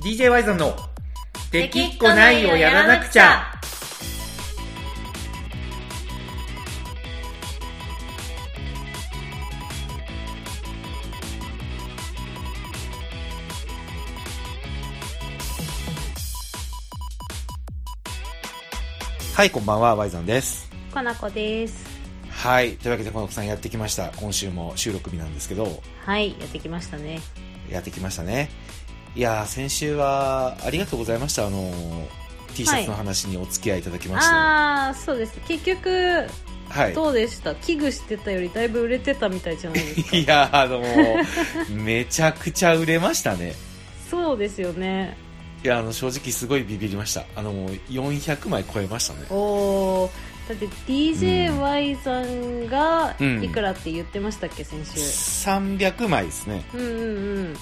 DJ ワイゾンの「できっこないをやらなくちゃ」はいこんばんはワイゾンですかなこですはいというわけでこの子さんやってきました今週も収録日なんですけどはいやってきましたねやってきましたねいやー先週はありがとうございましたあのー T シャツの話にお付き合いいただきましてはああそうです結局い、どうでした、危惧してたよりだいぶ売れてたみたいじゃないです かいやーあのー めちゃくちゃ売れましたねそうですよねいやあの正直すごいビビりましたあのもう400枚超えましたねおおだって DJY さんがうんいくらって言ってましたっけ先週300枚ですねうんうんうんうん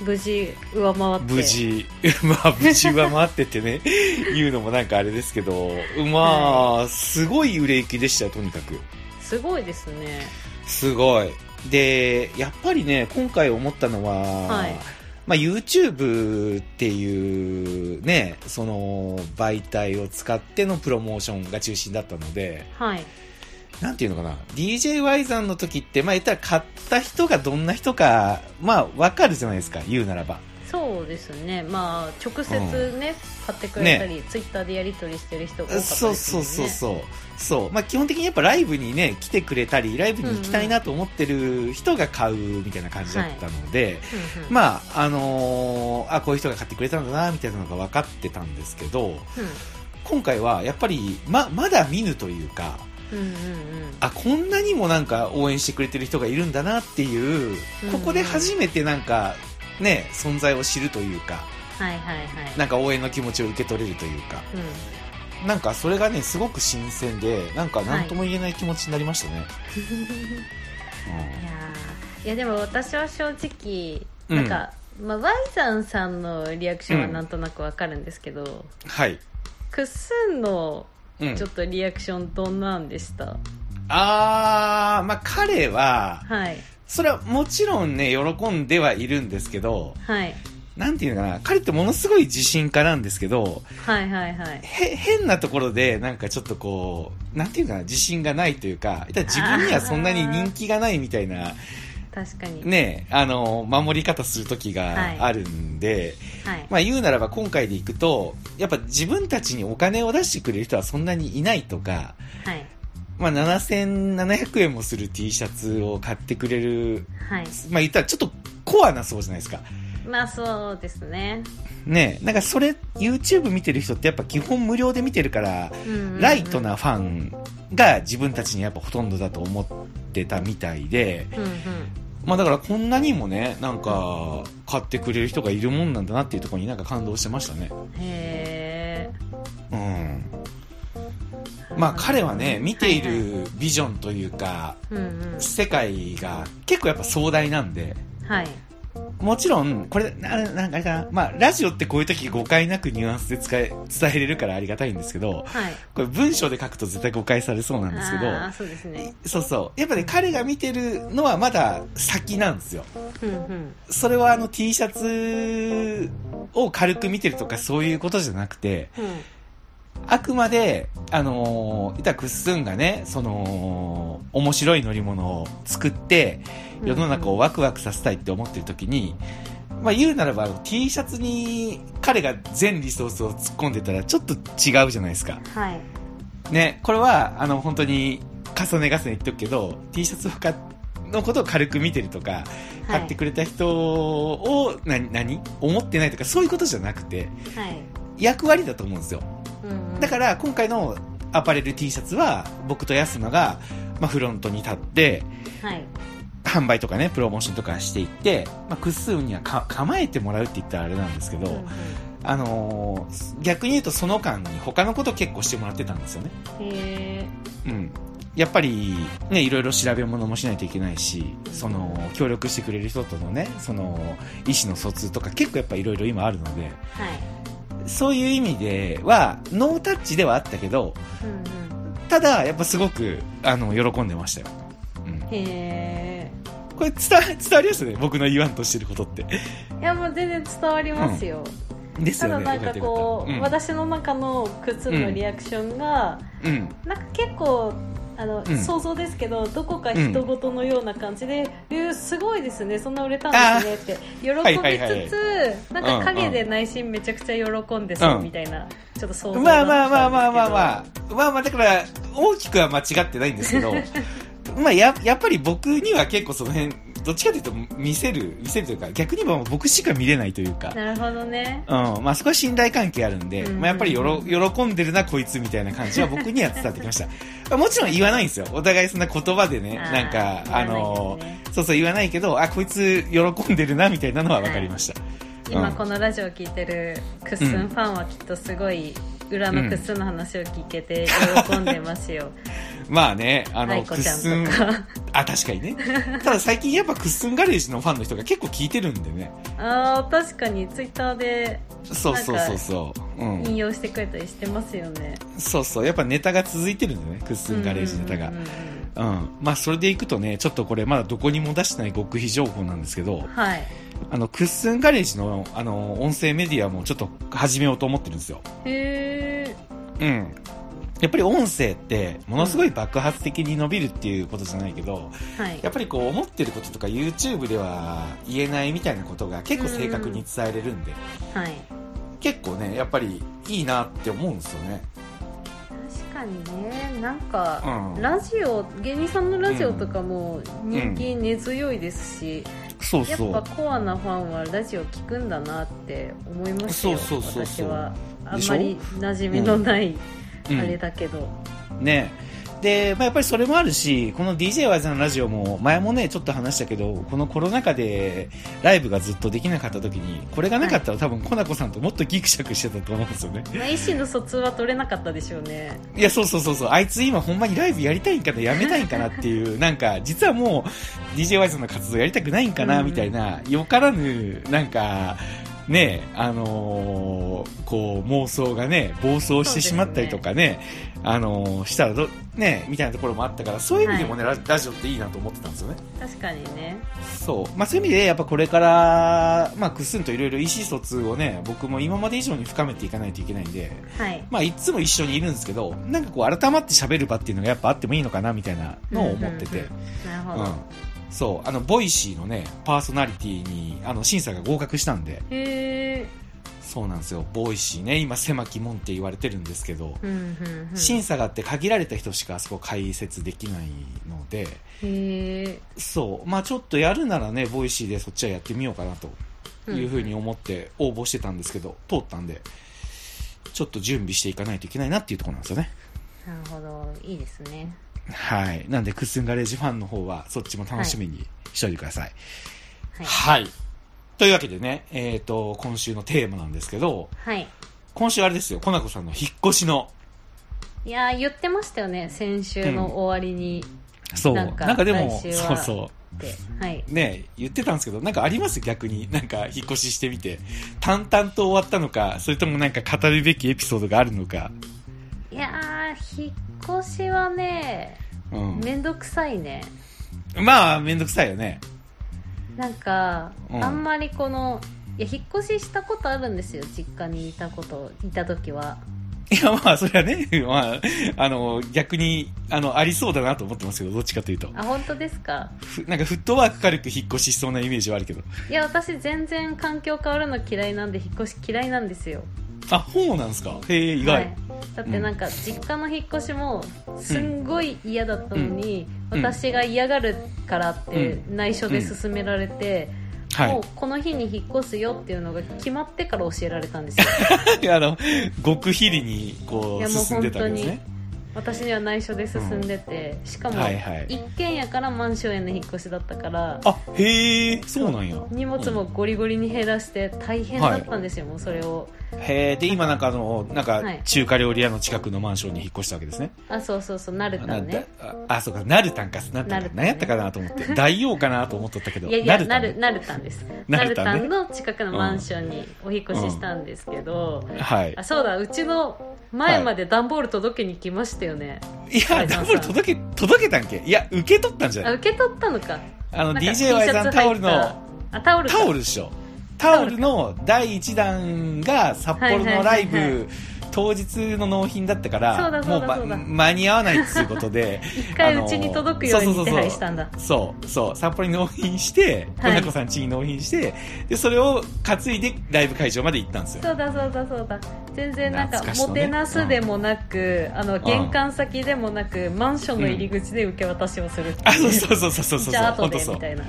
無事上回って無事 まあ無事は回ってってね 言うのもなんかあれですけどまあすごい売れ行きでしたよとにかくすごいですねすごい。で、やっぱりね、今回思ったのは、はいまあ、YouTube っていうね、その媒体を使ってのプロモーションが中心だったので、はいなんていうのかな、DJY さんの時って、まあ、言ったら買った人がどんな人か、まあ、わかるじゃないですか、言うならば。そうですねまあ直接ね、買ってくれたり、ツイッターでやり取りしてる人多かったですもそんうねそうそうそう。そう。まあ、基本的にやっぱライブにね、来てくれたり、ライブに行きたいなと思ってる人が買うみたいな感じだったので、うんうんまあ、あのーあ、こういう人が買ってくれたんだな、みたいなのが分かってたんですけど、今回はやっぱり、ま、まだ見ぬというか、うんうんうんうんあ、こんなにもなんか応援してくれてる人がいるんだなっていううん、ここで初めてなんか、ね、存在を知るというか、はいはいはいなんか応援の気持ちを受け取れるというか、うんなんかそれがね、すごく新鮮で、なんか何とも言えない気持ちになりましたね。いやーいやでも私は正直うんなんか、まあ、ワイザンさんのリアクションはなんとなくわかるんですけど、うんはい。くっすんのうんちょっとリアクションどんなんでした、あー、まあ、彼は、はいそれはもちろんね、喜んではいるんですけど、はいなんていうのかな、彼ってものすごい自信家なんですけど、はいはいはいへ、変なところで、なんかちょっとこう、なんていうかな、自信がないというか、だから自分にはそんなに人気がないみたいな、確かに、ね、あの、守り方する時があるんで、はい、まあ言うならば今回でいくと、やっぱ自分たちにお金を出してくれる人はそんなにいないとか、はいまあ7700円もする T シャツを買ってくれる、はいまあ言ったらちょっとコアな層じゃないですか。まあそうですね、ねなんかそれ YouTube 見てる人ってやっぱ基本無料で見てるからうんうんうんライトなファンが自分たちにやっぱほとんどだと思ってたみたいで、うんうんまあ、だからこんなにもねなんか買ってくれる人がいるもんなんだなっていうところになんか感動してましたねへえうんまあ彼はね見ているビジョンというかうんうん世界が結構やっぱ壮大なんではいもちろん、これ、あれ、なんかあれかな。まあ、ラジオってこういう時誤解なくニュアンスで使え、伝えれるからありがたいんですけど、はいこれ文章で書くと絶対誤解されそうなんですけああど、そうですねそうそう。やっぱね、彼が見てるのはまだ先なんですよ。うんうんそれはあの T シャツを軽く見てるとかそういうことじゃなくて、うんあくまで、あのー、いたくっすんがね、その、面白い乗り物を作って、世の中をワクワクさせたいって思ってる時に、まあ言うならばあの T シャツに彼が全リソースを突っ込んでたらちょっと違うじゃないですか。はいね、これはあの本当に重ね重ね言っとくけど、T シャツを買っのことを軽く見てるとか、買ってくれた人を、な、何思ってないとか、そういうことじゃなくて、はい役割だと思うんですよ。うんうんだから今回のアパレル T シャツは僕と安野が、まあ、フロントに立ってはい販売とかねプロモーションとかしていって、まあ、クッスーンにはか構えてもらうって言ったらあれなんですけど、うんうんあのー逆に言うとその間に他のこと結構してもらってたんですよねへえうんやっぱりねいろいろ調べ物もしないといけないしその協力してくれる人とのねその意思の疎通とか結構やっぱいろいろ今あるのではいそういう意味ではノータッチではあったけどうんただやっぱすごくあの喜んでましたよ、うんうんへえこれ伝わ伝わりますよね僕の言わんとしてることっていやもう全然伝わりますよ、ですたよだねなんかこう、よかったよかっ私の中の靴のリアクションが、たうんうんなんか結構あの、うん想像ですけどどこか人事のような感じで「えーすごいですねそんな売れたんですね」って喜はいびはいはいつつ、なんか陰で内心めちゃくちゃ喜んでそううんみたいな、ちょっと想像まあまあまあまあまあまああ、まあまあだから、大きくは間違ってないんです けど、まあや、やっぱり僕には結構その辺、どっちかというと見せる、見せるというか、逆に言えば僕しか見れないというか、なるほどねうん、まあそこは信頼関係あるんで、うんまあやっぱりよろ喜んでるなこいつみたいな感じは僕には伝わってきました。もちろん言わないんですよ。お互いそんな言葉でね、あーなんか、言わあないですねの、そうそう言わないけど、あ、こいつ喜んでるなみたいなのは分かりました。今うんこのラジオを聞いてるクッスンファンはきっとすごい裏のクッスンの話を聞けて喜んでますよ、まあね、あ愛の、子クちッゃんスンと、かあ、確かに ね。ただ最近やっぱクッスンガレージのファンの人が結構聞いてるんでね。あー確かにツイッターでそうそうそうそう。うん引。用してくれたりしてますよね、そうそう。やっぱネタが続いてるんだよね、クッスンガレージネタがうんう。んうんうん。まあそれでいくとね、ちょっとこれまだどこにも出してない極秘情報なんですけどうん、はいあの、クッスンガレージの、あの、音声メディアもちょっと始めようと思ってるんですよ。へえうん。やっぱり音声って、ものすごい爆発的に伸びるっていうことじゃないけど、はいやっぱりこう思ってることとか YouTube では言えないみたいなことが結構正確に伝えれるんで、はい結構ねやっぱりいいなって思うんですよね確かにねなんか、うんラジオ芸人さんのラジオとかも人気根強いですし、そうやそっうぱコアなファンはラジオ聞くんだなって思いますよそうそうそうそう私はあでんしょまり馴染みのない、あれだけど、うん、ねで、まあ、やっぱりそれもあるしこの d j ワイズのラジオも前もねちょっと話したけどこのコロナ禍でライブがずっとできなかった時にこれがなかったら多分コナコさんともっとギクシャクしてたと思うんですよねまあ、一心の疎通は取れなかったでしょうねいやそうそうそうそうあいつ今ほんまにライブやりたいんかなやめたいんかなっていう なんか実はもう d j ワイズの活動やりたくないんかうんなうんみたいな、よからぬなんかねあのーこう妄想がね暴走してしまったりとかねあのーしたらどねみたいなところもあったからそういう意味でもね、ララジオっていいなと思ってたんですよね確かにねそう、まあ、そういう意味でやっぱこれから、まあ、くっすんといろいろ意思疎通をね僕も今まで以上に深めていかないといけないんではいまあ、いつも一緒にいるんですけど、なんかこう、改まって喋る場っていうのがやっぱあってもいいのかな、みたいなのを思ってて。うんうんうんなるうほど、ん。そう、あの、ボイシーのね、パーソナリティに、あの、審査が合格したんで、へえそうなんですよ。ボイシーね、今、狭き門って言われてるんですけど、うんうんうん審査があって限られた人しかあそこ解説できないので、へえそう、まあちょっとやるならね、ボイシーでそっちはやってみようかなというふうに思って応募してたんですけど、通ったんで、ちょっと準備していかないといけないなっていうところなんですよね。なるほどいいですねはい。なんで、クッスンガレージファンの方は、そっちも楽しみにしておいてください。はいはい。というわけでね、えっ、と、今週のテーマなんですけど、はい今週あれですよ、コナコさんの引っ越しの、いやー言ってましたよね先週の終わりに、そう、ななんんかかでも、来週そはうそってはい、う、ね、言ってたんですけど、なんかあります逆に、なんか引っ越ししてみて、淡々と終わったのか、それともなんか語るべきエピソードがあるのか、いやー引っ越しはねうん。めんどくさいねまあ、めんどくさいよね。なんか、うんあんまりこのいや引っ越ししたことあるんですよ実家にいたこといた時はいや、まあ、それはね、 まあ、あの、逆に、あの、ありそうだなと思ってますけど、どっちかというと。あ本当ですかふなんかフットワーク軽く引っ越ししそうなイメージはあるけど。いや私全然環境変わるの嫌いなんで引っ越し嫌いなんですよあ、そうなんですかへえ、意外。はい、だってなんか実家の引っ越しもすんごい嫌だったのに、うん私が嫌がるからって内緒で勧められて、はいもうこの日に引っ越すよっていうのが決まってから教えられたんですよ あの、極秘裏に、こいやう、もう進んでたわけですね。私には内緒で進んでて、しかもはいはい一軒家からマンションへの引っ越しだったからあ、へえ、そうなんや。荷物もゴリゴリに減らして大変だったんですよ、もうそれをうん。へえ、で、今なんかあの、なんかはい、中華料理屋の近くのマンションに引っ越したわけですね。あそうそうそうなるたなんんだねあ、あそうか、なるたんか、なるたんなるかたんね何やったかなと思 って、大王かなと思っとったけど、いやいやたなんるなるたんです ななるるたんたねんの近くのマンションにお引っ越ししたんですけど、はいあ。そうだうちの前まで段ボール届けに来ましたよね、いはや、いダブル届け、届けたんけいや、受け取ったんじゃあない受け取ったのかあのなんか DJY さん T シャツ入ったタオルのあタオルかタオルでしょタオルの第1弾が札幌のライはいはいはいブ当日の納品だったかそうらだもそううだまそうだ間に合わないっていうことで 一回うちに届くようあのそうそうそに手うそう配したんだそうそう札幌に納品してはい小猫さん家に納品してでそれを担いでライブ会場まで行ったんですよそうだそうだそうだ全然なんか懐かしいねもてなすでもなく、あの玄関先でもなくマンションの入り口で受け渡しをするってあいそううそうそうそうそうそうじゃあほ後んとでそみたいな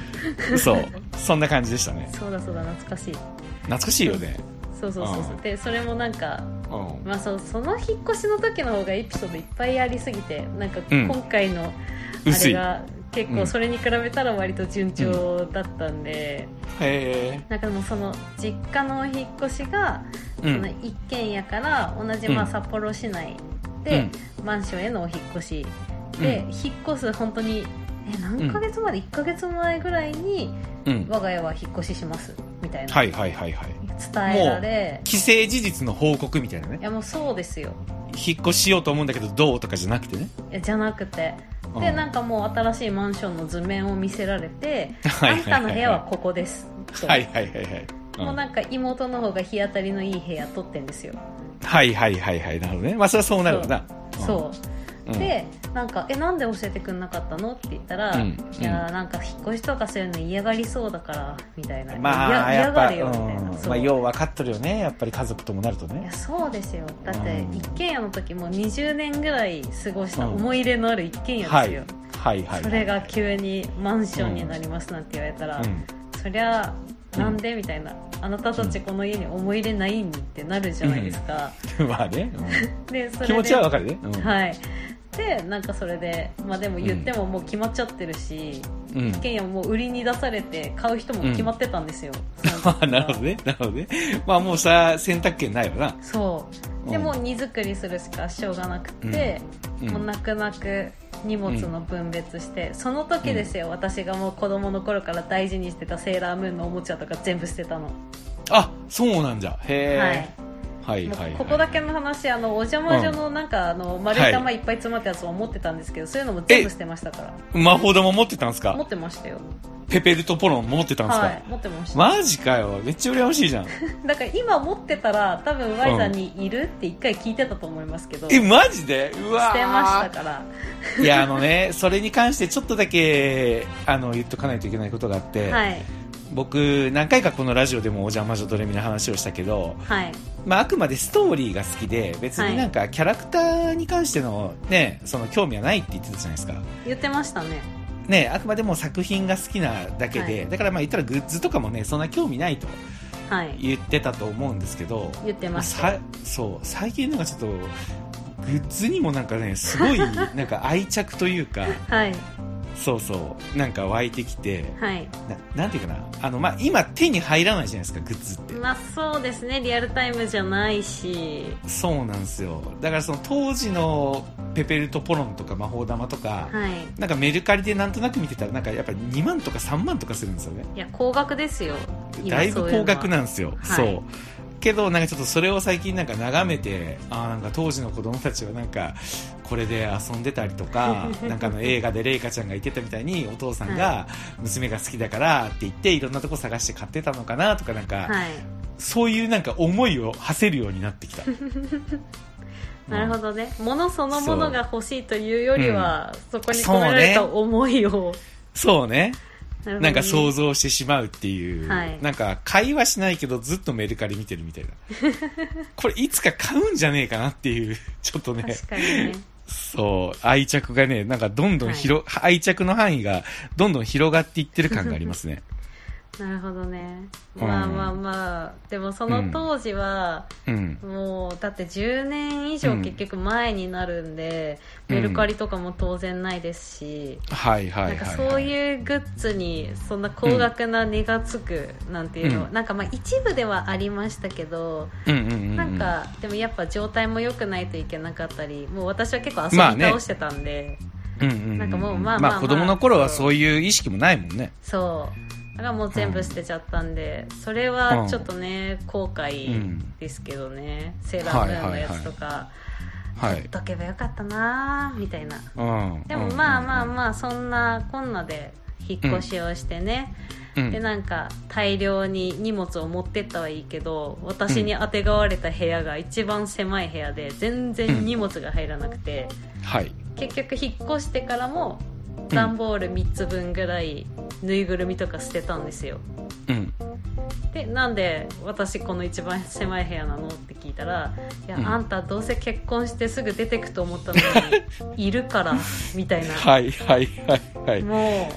うそうそんな感じでしたねそうだそうだ懐かしい懐かしいよねそうそうそうそうでそれもなんか、うんまあ、そうその引っ越しの時の方がエピソードいっぱいありすぎてなんかうん今回のあ薄れいへが結構それに比べたら割と順調だったんで、えなんかでもその実家のお引っ越しが、うそのん一軒家から同じまあうん札幌市内で、マンションへのお引っ越しで、引っ越す本当にえ何ヶ月まで1ヶ月前ぐらいにうんうん我が家は引っ越ししますみたいな、はいはいはいはい伝えられ既成事実の報告みたいなねいやもうそうですよ引っ越ししようと思うんだけどどうとかじゃなくてねいやじゃなくてでなんかもう新しいマンションの図面を見せられて「はあいはいはいはいんたの部屋はここです」とはいはいはいはいうんもうなんか妹の方が日当たりのいい部屋取ってんですよ、はいはいはいはいなるほどねまあそれはそうなるわなそううんうんでなんか「えなんで教えてくんなかったの?」って言ったら「うんいやーなんか引っ越しとかするの嫌がりそうだから」みたいな「まあいやや嫌っがぱるよ」みたいな、うんそうまあよう分かっとるよねやっぱり家族ともなるといやねそうですよだってうん一軒家の時もう20年ぐらい過ごしたうん思い入れのある一軒家はでいすはよ、いはいそれが急にマンションになりますなんて言われたら、うんそりゃなんでみたいなあなたたちこの家に思い入れないんってなるじゃないですか、まあねうん でそれ気で持ちは分かるねうんはいでなんかそれでまあでも言ってももう決まっちゃってるし、うん一軒家ももう売りに出されて買う人も決まってたんですよ、その 時あは なるほどねなるほどねまあもうさ選択権ないよなそうでうんもう荷造りするしかしょうがなくて、うんもう泣く泣く荷物の分別して、その時ですよ、私がもう子供の頃から大事にしてたセーラームーンのおもちゃとか全部捨てたの、あそうなんじゃはへいえはいはいはいもうここだけの話あのお邪魔女のなんか、あの丸い玉いっぱい詰まったやつを持ってたんですけど、そういうのも全部捨てましたから魔法玉持ってたんす持かってましたよペペルトポロン持ってたんすはかい持ってました、マジかよめっちゃ羨ましいじゃんだから今持ってたら多分 Y さんにいるって一回聞いてたと思いますけど、え捨てマジでうわーましたからいやあのねそれに関してちょっとだけあの言っとかないといけないことがあって、はい僕何回かこのラジオでも「お邪魔女ドレミ」の話をしたけど、はいまあ、あくまでストーリーが好きで別になんかキャラクターに関しての,、ね、その興味はないって言ってたじゃないですか、言ってましたねね、あくまでも作品が好きなだけで、はだからまあ言ったらグッズとかもねそんな興味ないとはい言ってたと思うんですけど、言ってましたさそう最近なんかちょっとグッズにもなんかねすごい なんか愛着というかはいそうそうなんか湧いてきてはいななんていうかなあの、まあ、今手に入らないじゃないですかグッズってまあそうですねリアルタイムじゃないしそうなんですよだからその当時のペペルトポロンとか魔法玉とか、はいなんかメルカリでなんとなく見てたらなんかやっぱ2万とか3万とかするんですよねいや高額ですよ今だいぶそううの高は額なんですよそういうのはそうけどなんかちょっとそれを最近なんか眺めてあーなんか当時の子供たちはなんかこれで遊んでたりと かなんかあの映画でレイカちゃんが言ってたみたいにお父さんが娘が好きだからって言っていろんなとこ探して買ってたのかなとかなんか、はいそういうなんか思いを馳せるようになってきた なるほどね物そのものが欲しいというよりはそ,、こにそうね込められた思いを、そうねなるほどねなんか想像してしまうっていう、はいなんか会話しないけどずっとメルカリ見てるみ たいなこれいつか買うんじゃねえかなっていうちょっとね確かにねそう愛着がねなんかどんどん広、愛着の範囲がどんどん広がっていってる感があります ねなるほどね、うんまあまあまあでもその当時は、うんもうだって10年以上うん結局前になるんで、うんメルカリとかも当然ないですし、はいはいはい、なはんかい、そういうグッズにそんな高額な値がつくなんていうの、うんなんかまあ一部ではありましたけど、うんうんうんうんなんかでもやっぱ状態も良くないといけなかったりもう私は結構遊びまあね倒してたんで、うんうんうんなんかもうまあまあまあ子供の頃はそういう意識もないもんねそうだからもう全部捨てちゃったんで、それはちょっとね、後悔ですけどね、セーラームーンのやつとか、はいどけばよかったなーみたいなうんでもまあまああまあそんなこんなで引っ越しをしてね、うんでなんか大量に荷物を持ってったはいいけど私にあてがわれた部屋が一番狭い部屋で全然荷物が入らなくて、はい結局引っ越してからも段ボール3つ分ぐらいぬいぐるみとか捨てたんですようんでなんで私この一番狭い部屋なのって聞いたら「いや、うんあんたどうせ結婚してすぐ出てくと思ったのにいる から」みたいな、はいはいはいはいも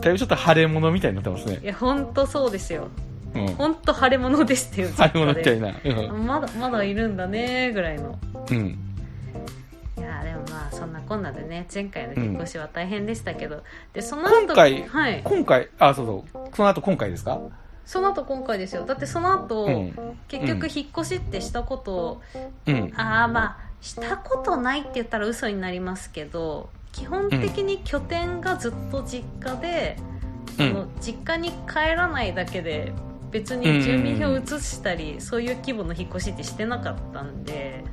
だいぶちょっと腫れ物みたいになってますうねいや本当そうですようん本当腫れ物ですっていう 腫れ物みたい実な家でまだまだいるんだねぐらいのうん、うん、いやでもまあそんなこんなでね前回の引っ越しは大変でしたけど、でその後今回はい今回あそうそうその後今回ですかその後今回ですよだってその後、うん結局引っ越しってしたこと、うんああまあしたことないって言ったら嘘になりますけど基本的に拠点がずっと実家で、うそのん実家に帰らないだけで別に住民票移したり、そういう規模の引っ越しってしてなかったんで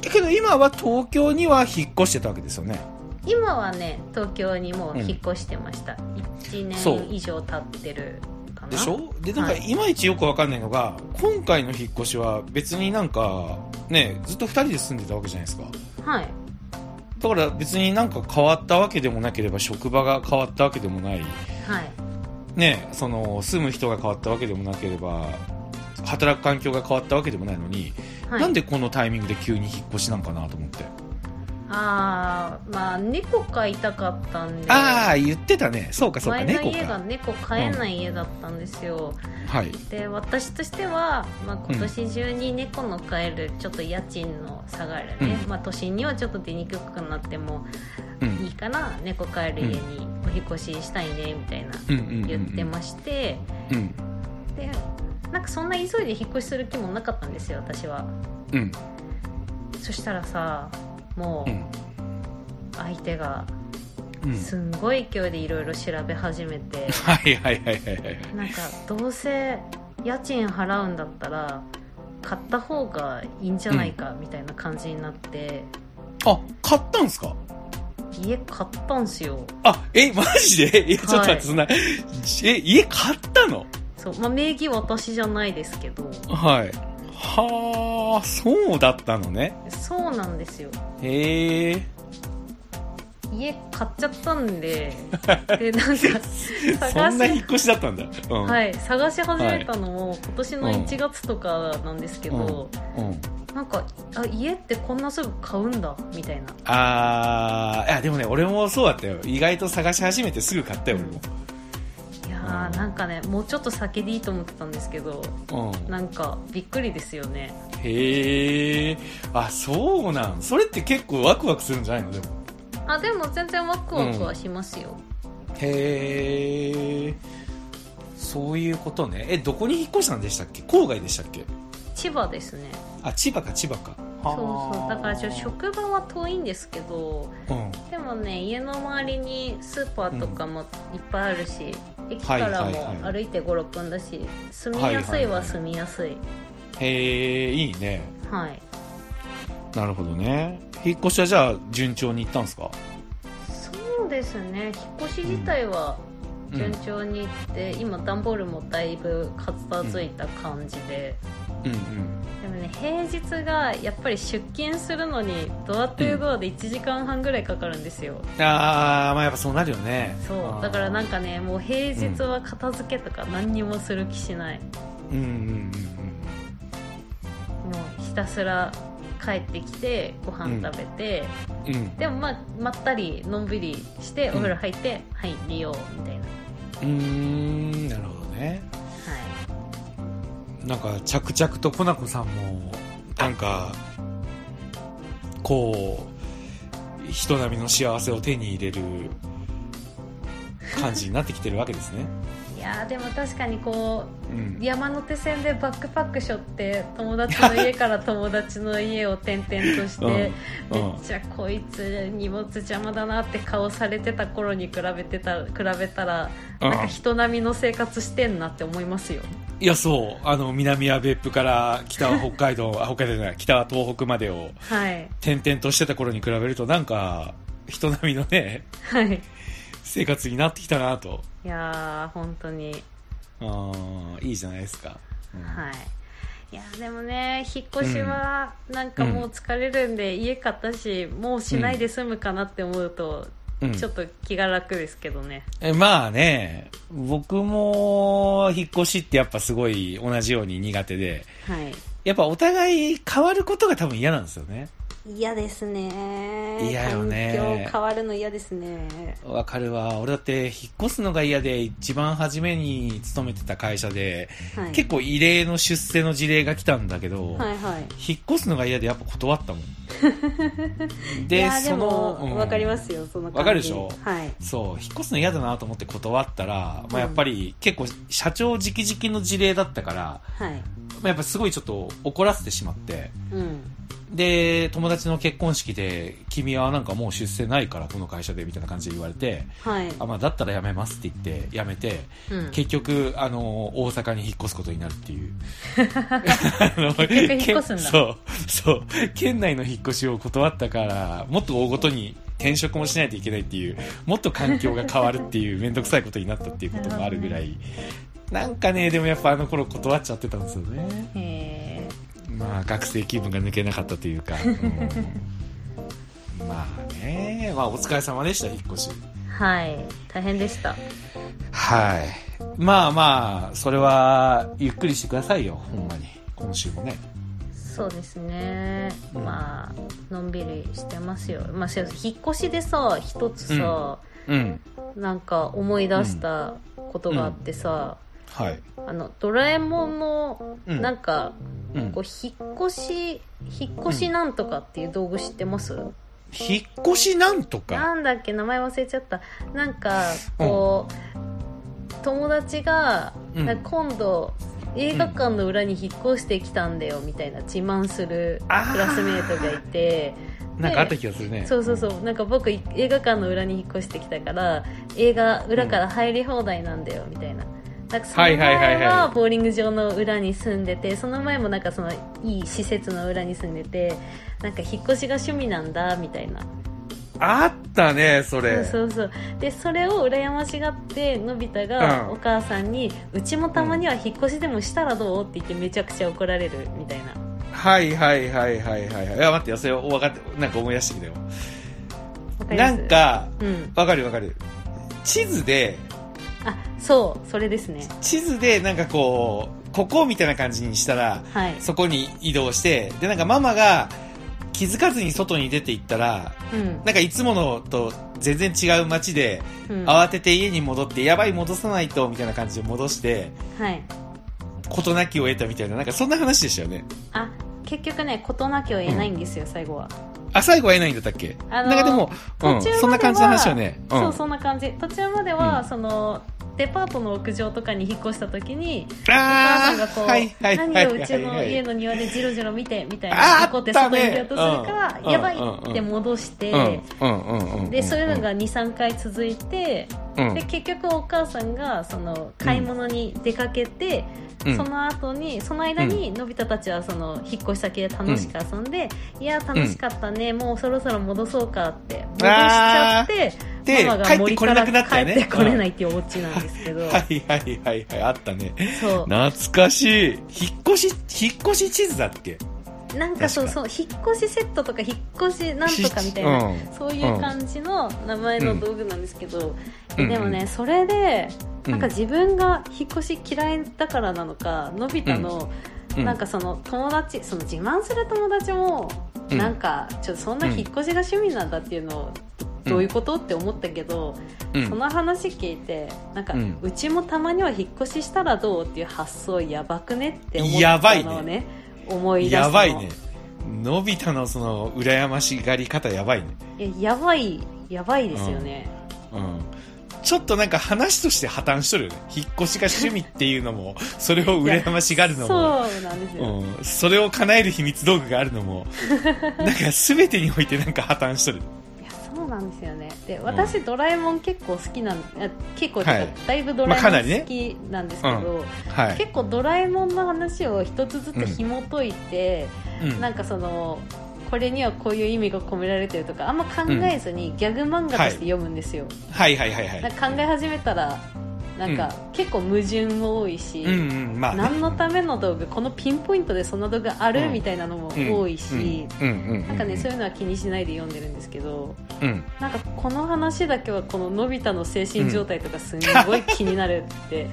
けど今は東京には引っ越してたわけですよね今はね東京にもう引っ越してました、1そう年以上経ってるかなでしょでなんかはいいまいちよくわかんないのが今回の引っ越しは別になんかねずっと2人で住んでたわけじゃないですかはいだから別になんか変わったわけでもなければ職場が変わったわけでもないはいねその住む人が変わったわけでもなければ働く環境が変わったわけでもないのに、はいなんでこのタイミングで急に引っ越しなんかなと思ってああまあ猫飼いたかったんでああ言ってたねそうかそうか前の猫家がか猫飼えない家だったんですよ、はいで私としては、まあ、今年中に猫の飼えるちょっと家賃の下がるね、うんまあ、都心にはちょっと出にくくなってもうんいいから猫飼える家にお引越ししたいねみたいなうんうんうんうん言ってまして、うんでなんかそんな急いで引っ越しする気もなかったんですよ私はうんそしたらさもうんう相手がうんすんごい勢いでいろいろ調べ始めて、はいはいはいはいはいなんかどうせ家賃払うんだったら買った方がいいんじゃないかみたいな感じになって、あ買ったんすか家買ったんすよあえマジでいやちょっと待って、はいそんなえ家買ったのそう、まあ、名義私じゃないですけどはいはあそうだったのねそうなんですよへえ家買っちゃったんででなんかそ探んな引っし越しだったんだうん、はい、探し始めたのも今年の1月とかなんですけど、うんなんかあ家ってこんなすぐ買うんだみたいなあーいやでもね俺もそうだったよ意外と探し始めてすぐ買ったよいやーなんかねもうちょっと先でいいと思ってたんですけど俺も、うん、なんかびっくりですよねへえあそうなんそれって結構ワクワクするんじゃないのでもあでも全然ワクワクはしますよ、へえそういうことねえどこに引っ越したんでしたっけ郊外でしたっけ千葉ですねあ千葉か千葉かそうそうだからちょ食職場は遠いんですけどうんでもね家の周りにスーパーとかもいっぱいあるし、駅はかいらもはいはい歩いて56分だし住みやすいは住みやすいへえいいねはい、なるほどね引っ越しはじゃあ順調に行ったんですかそうですね引っ越し自体はうん順調にいって、今段ボールもだいぶ片付いた感じで、うんうんでもね平日がやっぱり出勤するのにドアというドアで1時間半ぐらいかかるんですよ、ああまあやっぱそうなるよねそうだからなんかねもう平日は片付けとか何にもする気しない、うんうんうんもうひたすら帰ってきてご飯食べて、うんうんでもまあまったりのんびりしてお風呂入って、はい利用みたいなはうーんなるほどねなんか着々とコナコさんもなんかこう人並みの幸せを手に入れる感じになってきてるわけですね、いいやーでも確かにこううん、山手線でバックパックしょって友達の家から友達の家を転々としうんて、うんめっちゃこいつ荷物邪魔だなって顔されてた頃に比べてた比べたらうんなんか人並みの生活してんなって思いますよいやそうあの南は別府から北は北海道あ北海道じゃない北は東北までをはい 転々としてた頃に比べるとなんか人並みのねはい生活になってきたなと。いやー本当にあーいいじゃないですか。うんはいいやでもね引っ越しはなんかもう疲れるんで、家買ったしもうしないで済むかなって思うと、うんちょっと気が楽ですけどねえまあね、僕も引っ越しってやっぱすごい同じように苦手で、はいやっぱお互い変わることが多分嫌なんですよね。嫌ですね嫌よね環境変わるの嫌ですねわかるわ。俺だって引っ越すのが嫌で一番初めに勤めてた会社で、はい結構異例の出世の事例が来たんだけど、はいはい引っ越すのが嫌でやっぱ断ったもん。 いやでうもんわかりますよその感じわかるでしょはいそう、引っ越すの嫌だなと思って断ったら、うまんあ、やっぱり結構社長直々の事例だったから、はいまあ、やっぱすごいちょっと怒らせてしまって、うんで、友達の結婚式で、君はなんかもう出世ないから、この会社で、みたいな感じで言われて、はいあ、まあだったら辞めますって言って、辞めて、うん結局、あの、大阪に引っ越すことになるって いう。 局引っ越すんだけそう、そう。県内の引っ越しを断ったから、もっと大ごとに転職もしないといけないっていう、もっと環境が変わるって いう、めんどくさいことになったっていうこともあるぐらい。なんかね、でもやっぱあの頃断っちゃってたんですよね。えまあ学生気分が抜けなかったと いうか、うんまあねまあお疲れ様でした引っ越しーはい大変でしたはいまあまあそれはゆっくりしてくださいよほんまに今週もねそうですねまあのんびりしてますよ、まあ、せ引っ越しでさ一つさ、うんなんか思い出したことがあってさ、はいあのドラえもんのうんなんか、うんこう引っ越し引っ越しなんとかっていう道具知ってます、引っ越しなんとかなんだっけ名前忘れちゃったなんかこう、友達が、うんなんか今度映画館の裏に引っ越してきたんだよみたいな自慢するクあーラスメートがいてなんかあった気がするねそうそうそうなんか僕い映画館の裏に引っ越してきたから映画裏から入り放題なんだよみたいな。なんかそのはいはいはいはい前はボーリング場の裏に住んでてその前もなんかそのいい施設の裏に住んでてなんか引っ越しが趣味なんだみたいなあったねそれそうそうそうでそれを羨ましがってのび太がうんお母さんに、うちもたまには引っ越しでもしたらどうって言ってめちゃくちゃ怒られるみたいなはいはいはいはいはいはいいや待ってよそれ分かってなんか思い出してきたよわかりまなすんかうんわかるわかる地図であそうそれですね地図でなんかこうここみたいな感じにしたらはいそこに移動してでなんかママが気づかずに外に出て行ったらうんなんかいつものと全然違う街でうんは慌てて家に戻ってやばい戻さないとみたいな感じで戻してい事なきを得たみたいななんかそんな話でしたよねあ結局ね事なきを得ないんですよ、最後はあ最後は得ないんだったっけ、あのなーんかでも、う途中まん、ではそんな感じの話よね、ん、そうそんな感じ途中までは、うんそのデパートの屋上とかに引っ越した時にお母さあんがこーう、はいはいはいはい何をうちの家の庭でじろじろ見てみたいなあー怒ってあった外ねに出ようとするから、うんやばいって戻して、うんうんうんうんうんでそういうのが23回続いて、うんで結局お母さんがその買い物に出かけて、うんその後にその間にのび太たちはその引っ越し先で楽しく遊んで、いや楽しかったね、もうそろそろ戻そうかって戻しちゃってでママ帰っがて森こかれらなくなったよ帰ねってこれないっていうオチなんですけど、 はいはいはいはいあったねそう懐かしい引っ越し引っ越し地図だっけなんかそうそう引っ越しセットとか引っ越しなんとかみたいな、うんそういう感じの名前の道具なんですけど、うんでもねそれでうんなんか自分が引っ越し嫌いだからなのかのび太のうんなんかその友達その自慢する友達もうんなんかちょっとそんな引っ越しが趣味なんだっていうのをどういうことって思ったけどうんその話聞いてなんかうんうちもたまには引っ越ししたらどうっていう発想やばくねって思っやばいたねのをね思い出したやのばいねのび太のその羨ましがり方やばいね、いややばいやばいですよね、うん、ちょっとなんか話として破綻しとるよね引っ越しが趣味っていうのも それを羨ましがるのもそうなんですよ、うん、それを叶える秘密道具があるのもなんか全てにおいてなんか破綻しとるいやそうなんですよねで私、ドラえもん結構好きなんあ結構、はいだいぶドラまあかなえりもんね好きなんですけど、はい、結構ドラえもんの話を一つずつ紐解いて、うんなんかそのこれにはこういう意味が込められてるとかあんま考えずにギャグ漫画として読むんですよ、はいはいはいはいなんか考え始めたらなんか結構矛盾も多いし、うんうんまあね何のための道具このピンポイントでそんな道具ある、うんみたいなのも多いし、うんうんうんうんなんかねそういうのは気にしないで読んでるんですけどうんなんかこの話だけはこののび太の精神状態とかすんごい気になる って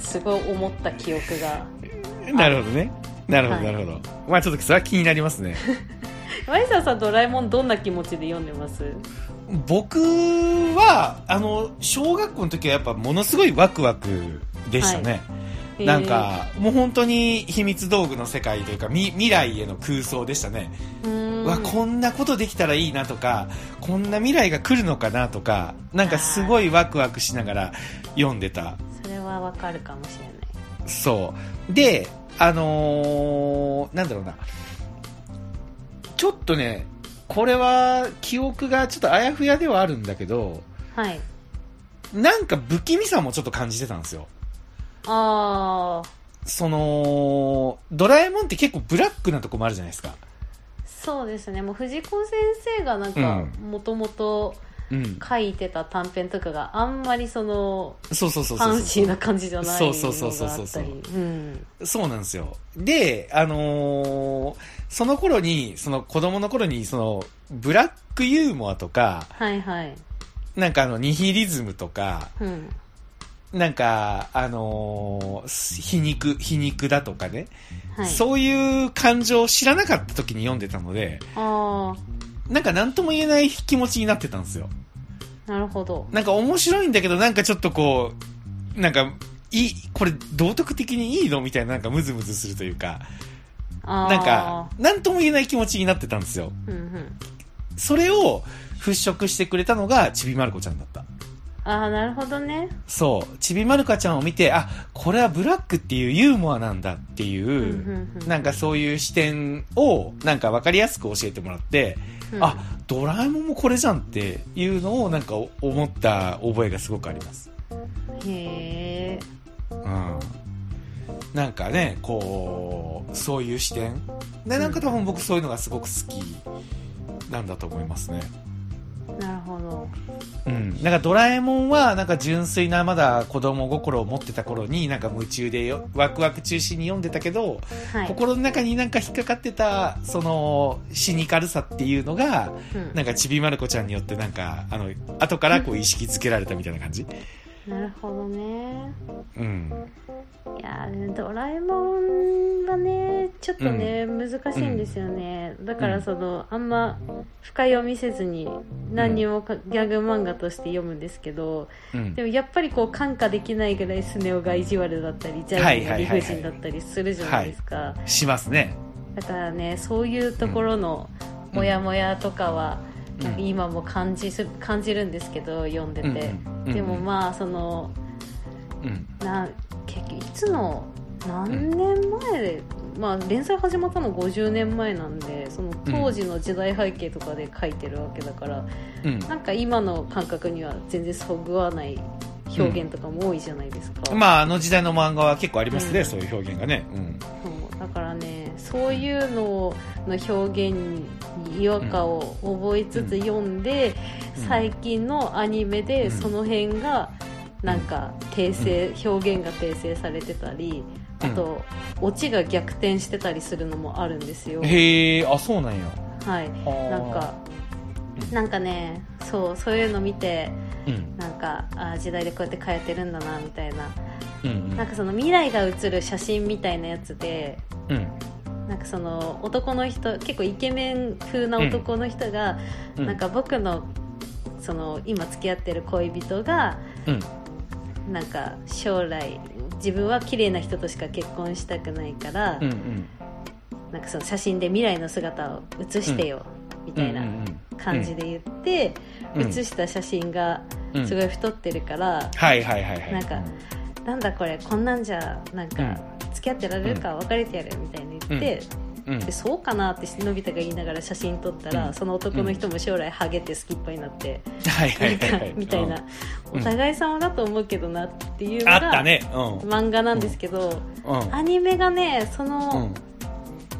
すごい思った記憶がなるほどねなるほどはいなるほど、まあちょっとそれは気になりますねマリサさん「ドラえもん」どんな気持ちで読んでます僕はあの小学校の時はやっぱものすごいワクワクでしたね、なん、か、もう本当に秘密道具の世界というかみ未来への空想でしたね、えーうーんわこんなことできたらいいなとかこんな未来が来るのかなとかなんかすごいワクワクしながら読んでたそれはわかるかもしれないそうであのーなんだろうなちょっとねこれは記憶がちょっとあやふやではあるんだけどはいなんか不気味さもちょっと感じてたんですよああそのドラえもんって結構ブラックなとこもあるじゃないですかそうですねもう藤子先生がなんかもともとうん書いてた短編とかがあんまりそのそうそうそうそうファそうンシーな感じじゃないそのうそうそうそうがそあうったそうりうんそうなんですよ。で、あのーその頃に、その子供の頃に、その、ブラックユーモアとか、はいはいなんかあの、ニヒリズムとか、うんなんか、あのー皮肉、皮肉だとかね、はいそういう感情を知らなかった時に読んでたので、あなんか何とも言えない気持ちになってたんですよ。あなるほどなんか面白いんだけど、なんかちょっとこう、なんか、いい、これ道徳的にいいのみたいな、なんかムズムズするというか、あーなんか、何とも言えない気持ちになってたんですよ。うんうんそれを払拭してくれたのがちびまる子ちゃんだった。ああなるほどねそう。ちびまる子ちゃんを見て、あ、これはブラックっていうユーモアなんだっていううんう、なんかそういう視点を、なんかわかりやすく教えてもらって、うんあ、ドラえもんもこれじゃんっていうのをなんか思った覚えがすごくあります。へえうん。なんかね、こう、そういう視点。で、なんか多分僕そういうのがすごく好きなんだと思いますね。なるほどうん、なんかドラえもんはなんか純粋なまだ子供心を持ってた頃になんか夢中でよワクワク中心に読んでたけど、はい心の中になんか引っかかってたそのシニカルさっていうのがうんなんかちびまる子ちゃんによってなんかあの後からこう意識づけられたみたいな感じ、なるほどねうん、いやードラえもんはねちょっとね、難しいんですよね、だからそのあんま深読みせずに何にもか、ギャグ漫画として読むんですけどうんでもやっぱりこう感化できないぐらいスネ夫が意地悪だったりジはャいイはアンい理はいはい不尽だったりするじゃないですか、しますねだからねそういうところのうんモヤモヤとかは、うんなんか今も感じす感じるんですけど読んでて、でもあ、まあそのうんな結局いつの何年前で、まあ、連載始まったの50年前なんでその当時の時代背景とかで書いてるわけだから、うんなんか今の感覚には全然そぐわない表現とかも多いじゃないですか、まああの時代の漫画は結構ありますね、うんそういう表現がね、うんそうだからねそういうのの表現に違和感を覚えつつ読んで、うん最近のアニメうでんその辺がなんか訂正、表現が訂正されてたりあと、オチが逆転してたりするのもあるんですよ。へえあそうなんやはい、ななんかなんかねそうそういうの見てうんなんかあー時代でこうやって変えてるんだなみたいなうんうんなんかその未来が写る写真みたいなやつでうんなんかその男の人結構イケメン風な男の人が、うなんか僕のその今付き合ってる恋人がうんなんか将来自分は綺麗な人としか結婚したくないから、うんうんなんかその写真で未来の姿を写してよ、みたいな感じで言って、うんうん写した写真がすごい、い太ってるから、はいはいはいはいなんかなんだこれこんなんじゃなんうかん付き合ってられるから別れてやるみたいに言って、うんでそうかなってのび太が言いながら写真撮ったら、うんその男の人も将来ハゲてスキッパになって、はいはいはいなんはかいみたいな、うんお互い様だと思うけどなっていうのあがったねうん漫画なんですけど、うんアニメがねその、うん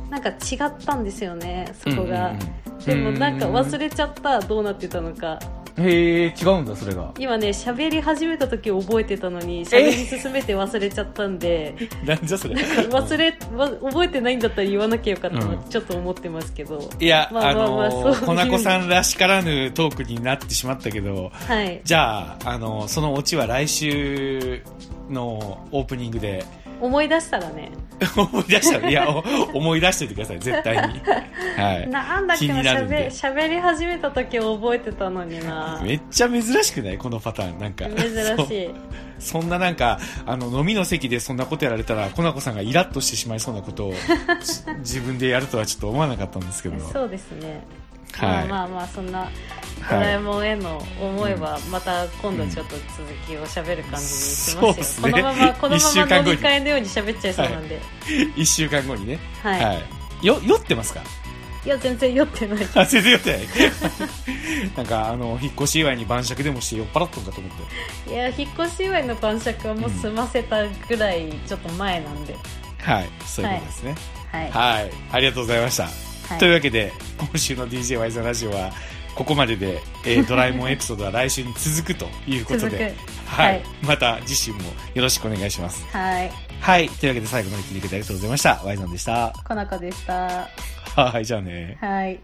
なんか違ったんですよねそこが、うんうんでうもんなんか忘れちゃったどうなってたのかへえ違うんだそれが今ね喋り始めた時覚えてたのに喋り進めて忘れちゃったんでなんじゃそれ 忘れわ覚えてないんだったら言わなきゃよかったなうんってちょっと思ってますけど、いや、まあまあまああのそういうー、粉子さんらしからぬトークになってしまったけど、はいじゃあ、あのーそのオチは来週のオープニングで 思い出したらね思い出したら、いや、お思い出しておいてください、絶対 に。はなんだっけな気になるんで。喋喋り始めた時覚えてたのにないめっちゃ珍しくないこのパターン、なんか。珍しそういそんななんか、あの、飲みの席でそんなことやられたら、粉子さんがイラッとしてしまいそうなことを、じ自分でやるとはちょっと思わなかったんですけど。そうですね、はい。まあまあまあそんなドはいラえもんへの思いはまた今度ちょっと続きを喋る感じうにしんそまうっすすよ、ねこのままこのま一週ま間乗後りに換えのように喋っちゃいそうなんで、一週間後にね。はいはい。よ、酔ってますか い、や全然酔ってないあ、全然酔ってない。 なんか、あの、引っ越し祝いに晩酌でもして酔っ払っとんかと思って。いや引っ越し祝いの晩酌はもう済ませたぐらいちょっと前なんで、はい。そういうことですね。はい、はい。ありがとうございました。はいというわけで、今週の DJ ワイザーラジオは、ここまでで、え ードラえもんエピソードは来週に続くということ続くで、はい、はいまた次週もよろしくお願いします。はいはい。というわけで最後まで聞いてくれてありがとうございました。ワイザンでした。コナコでしたはい、じゃあね。はい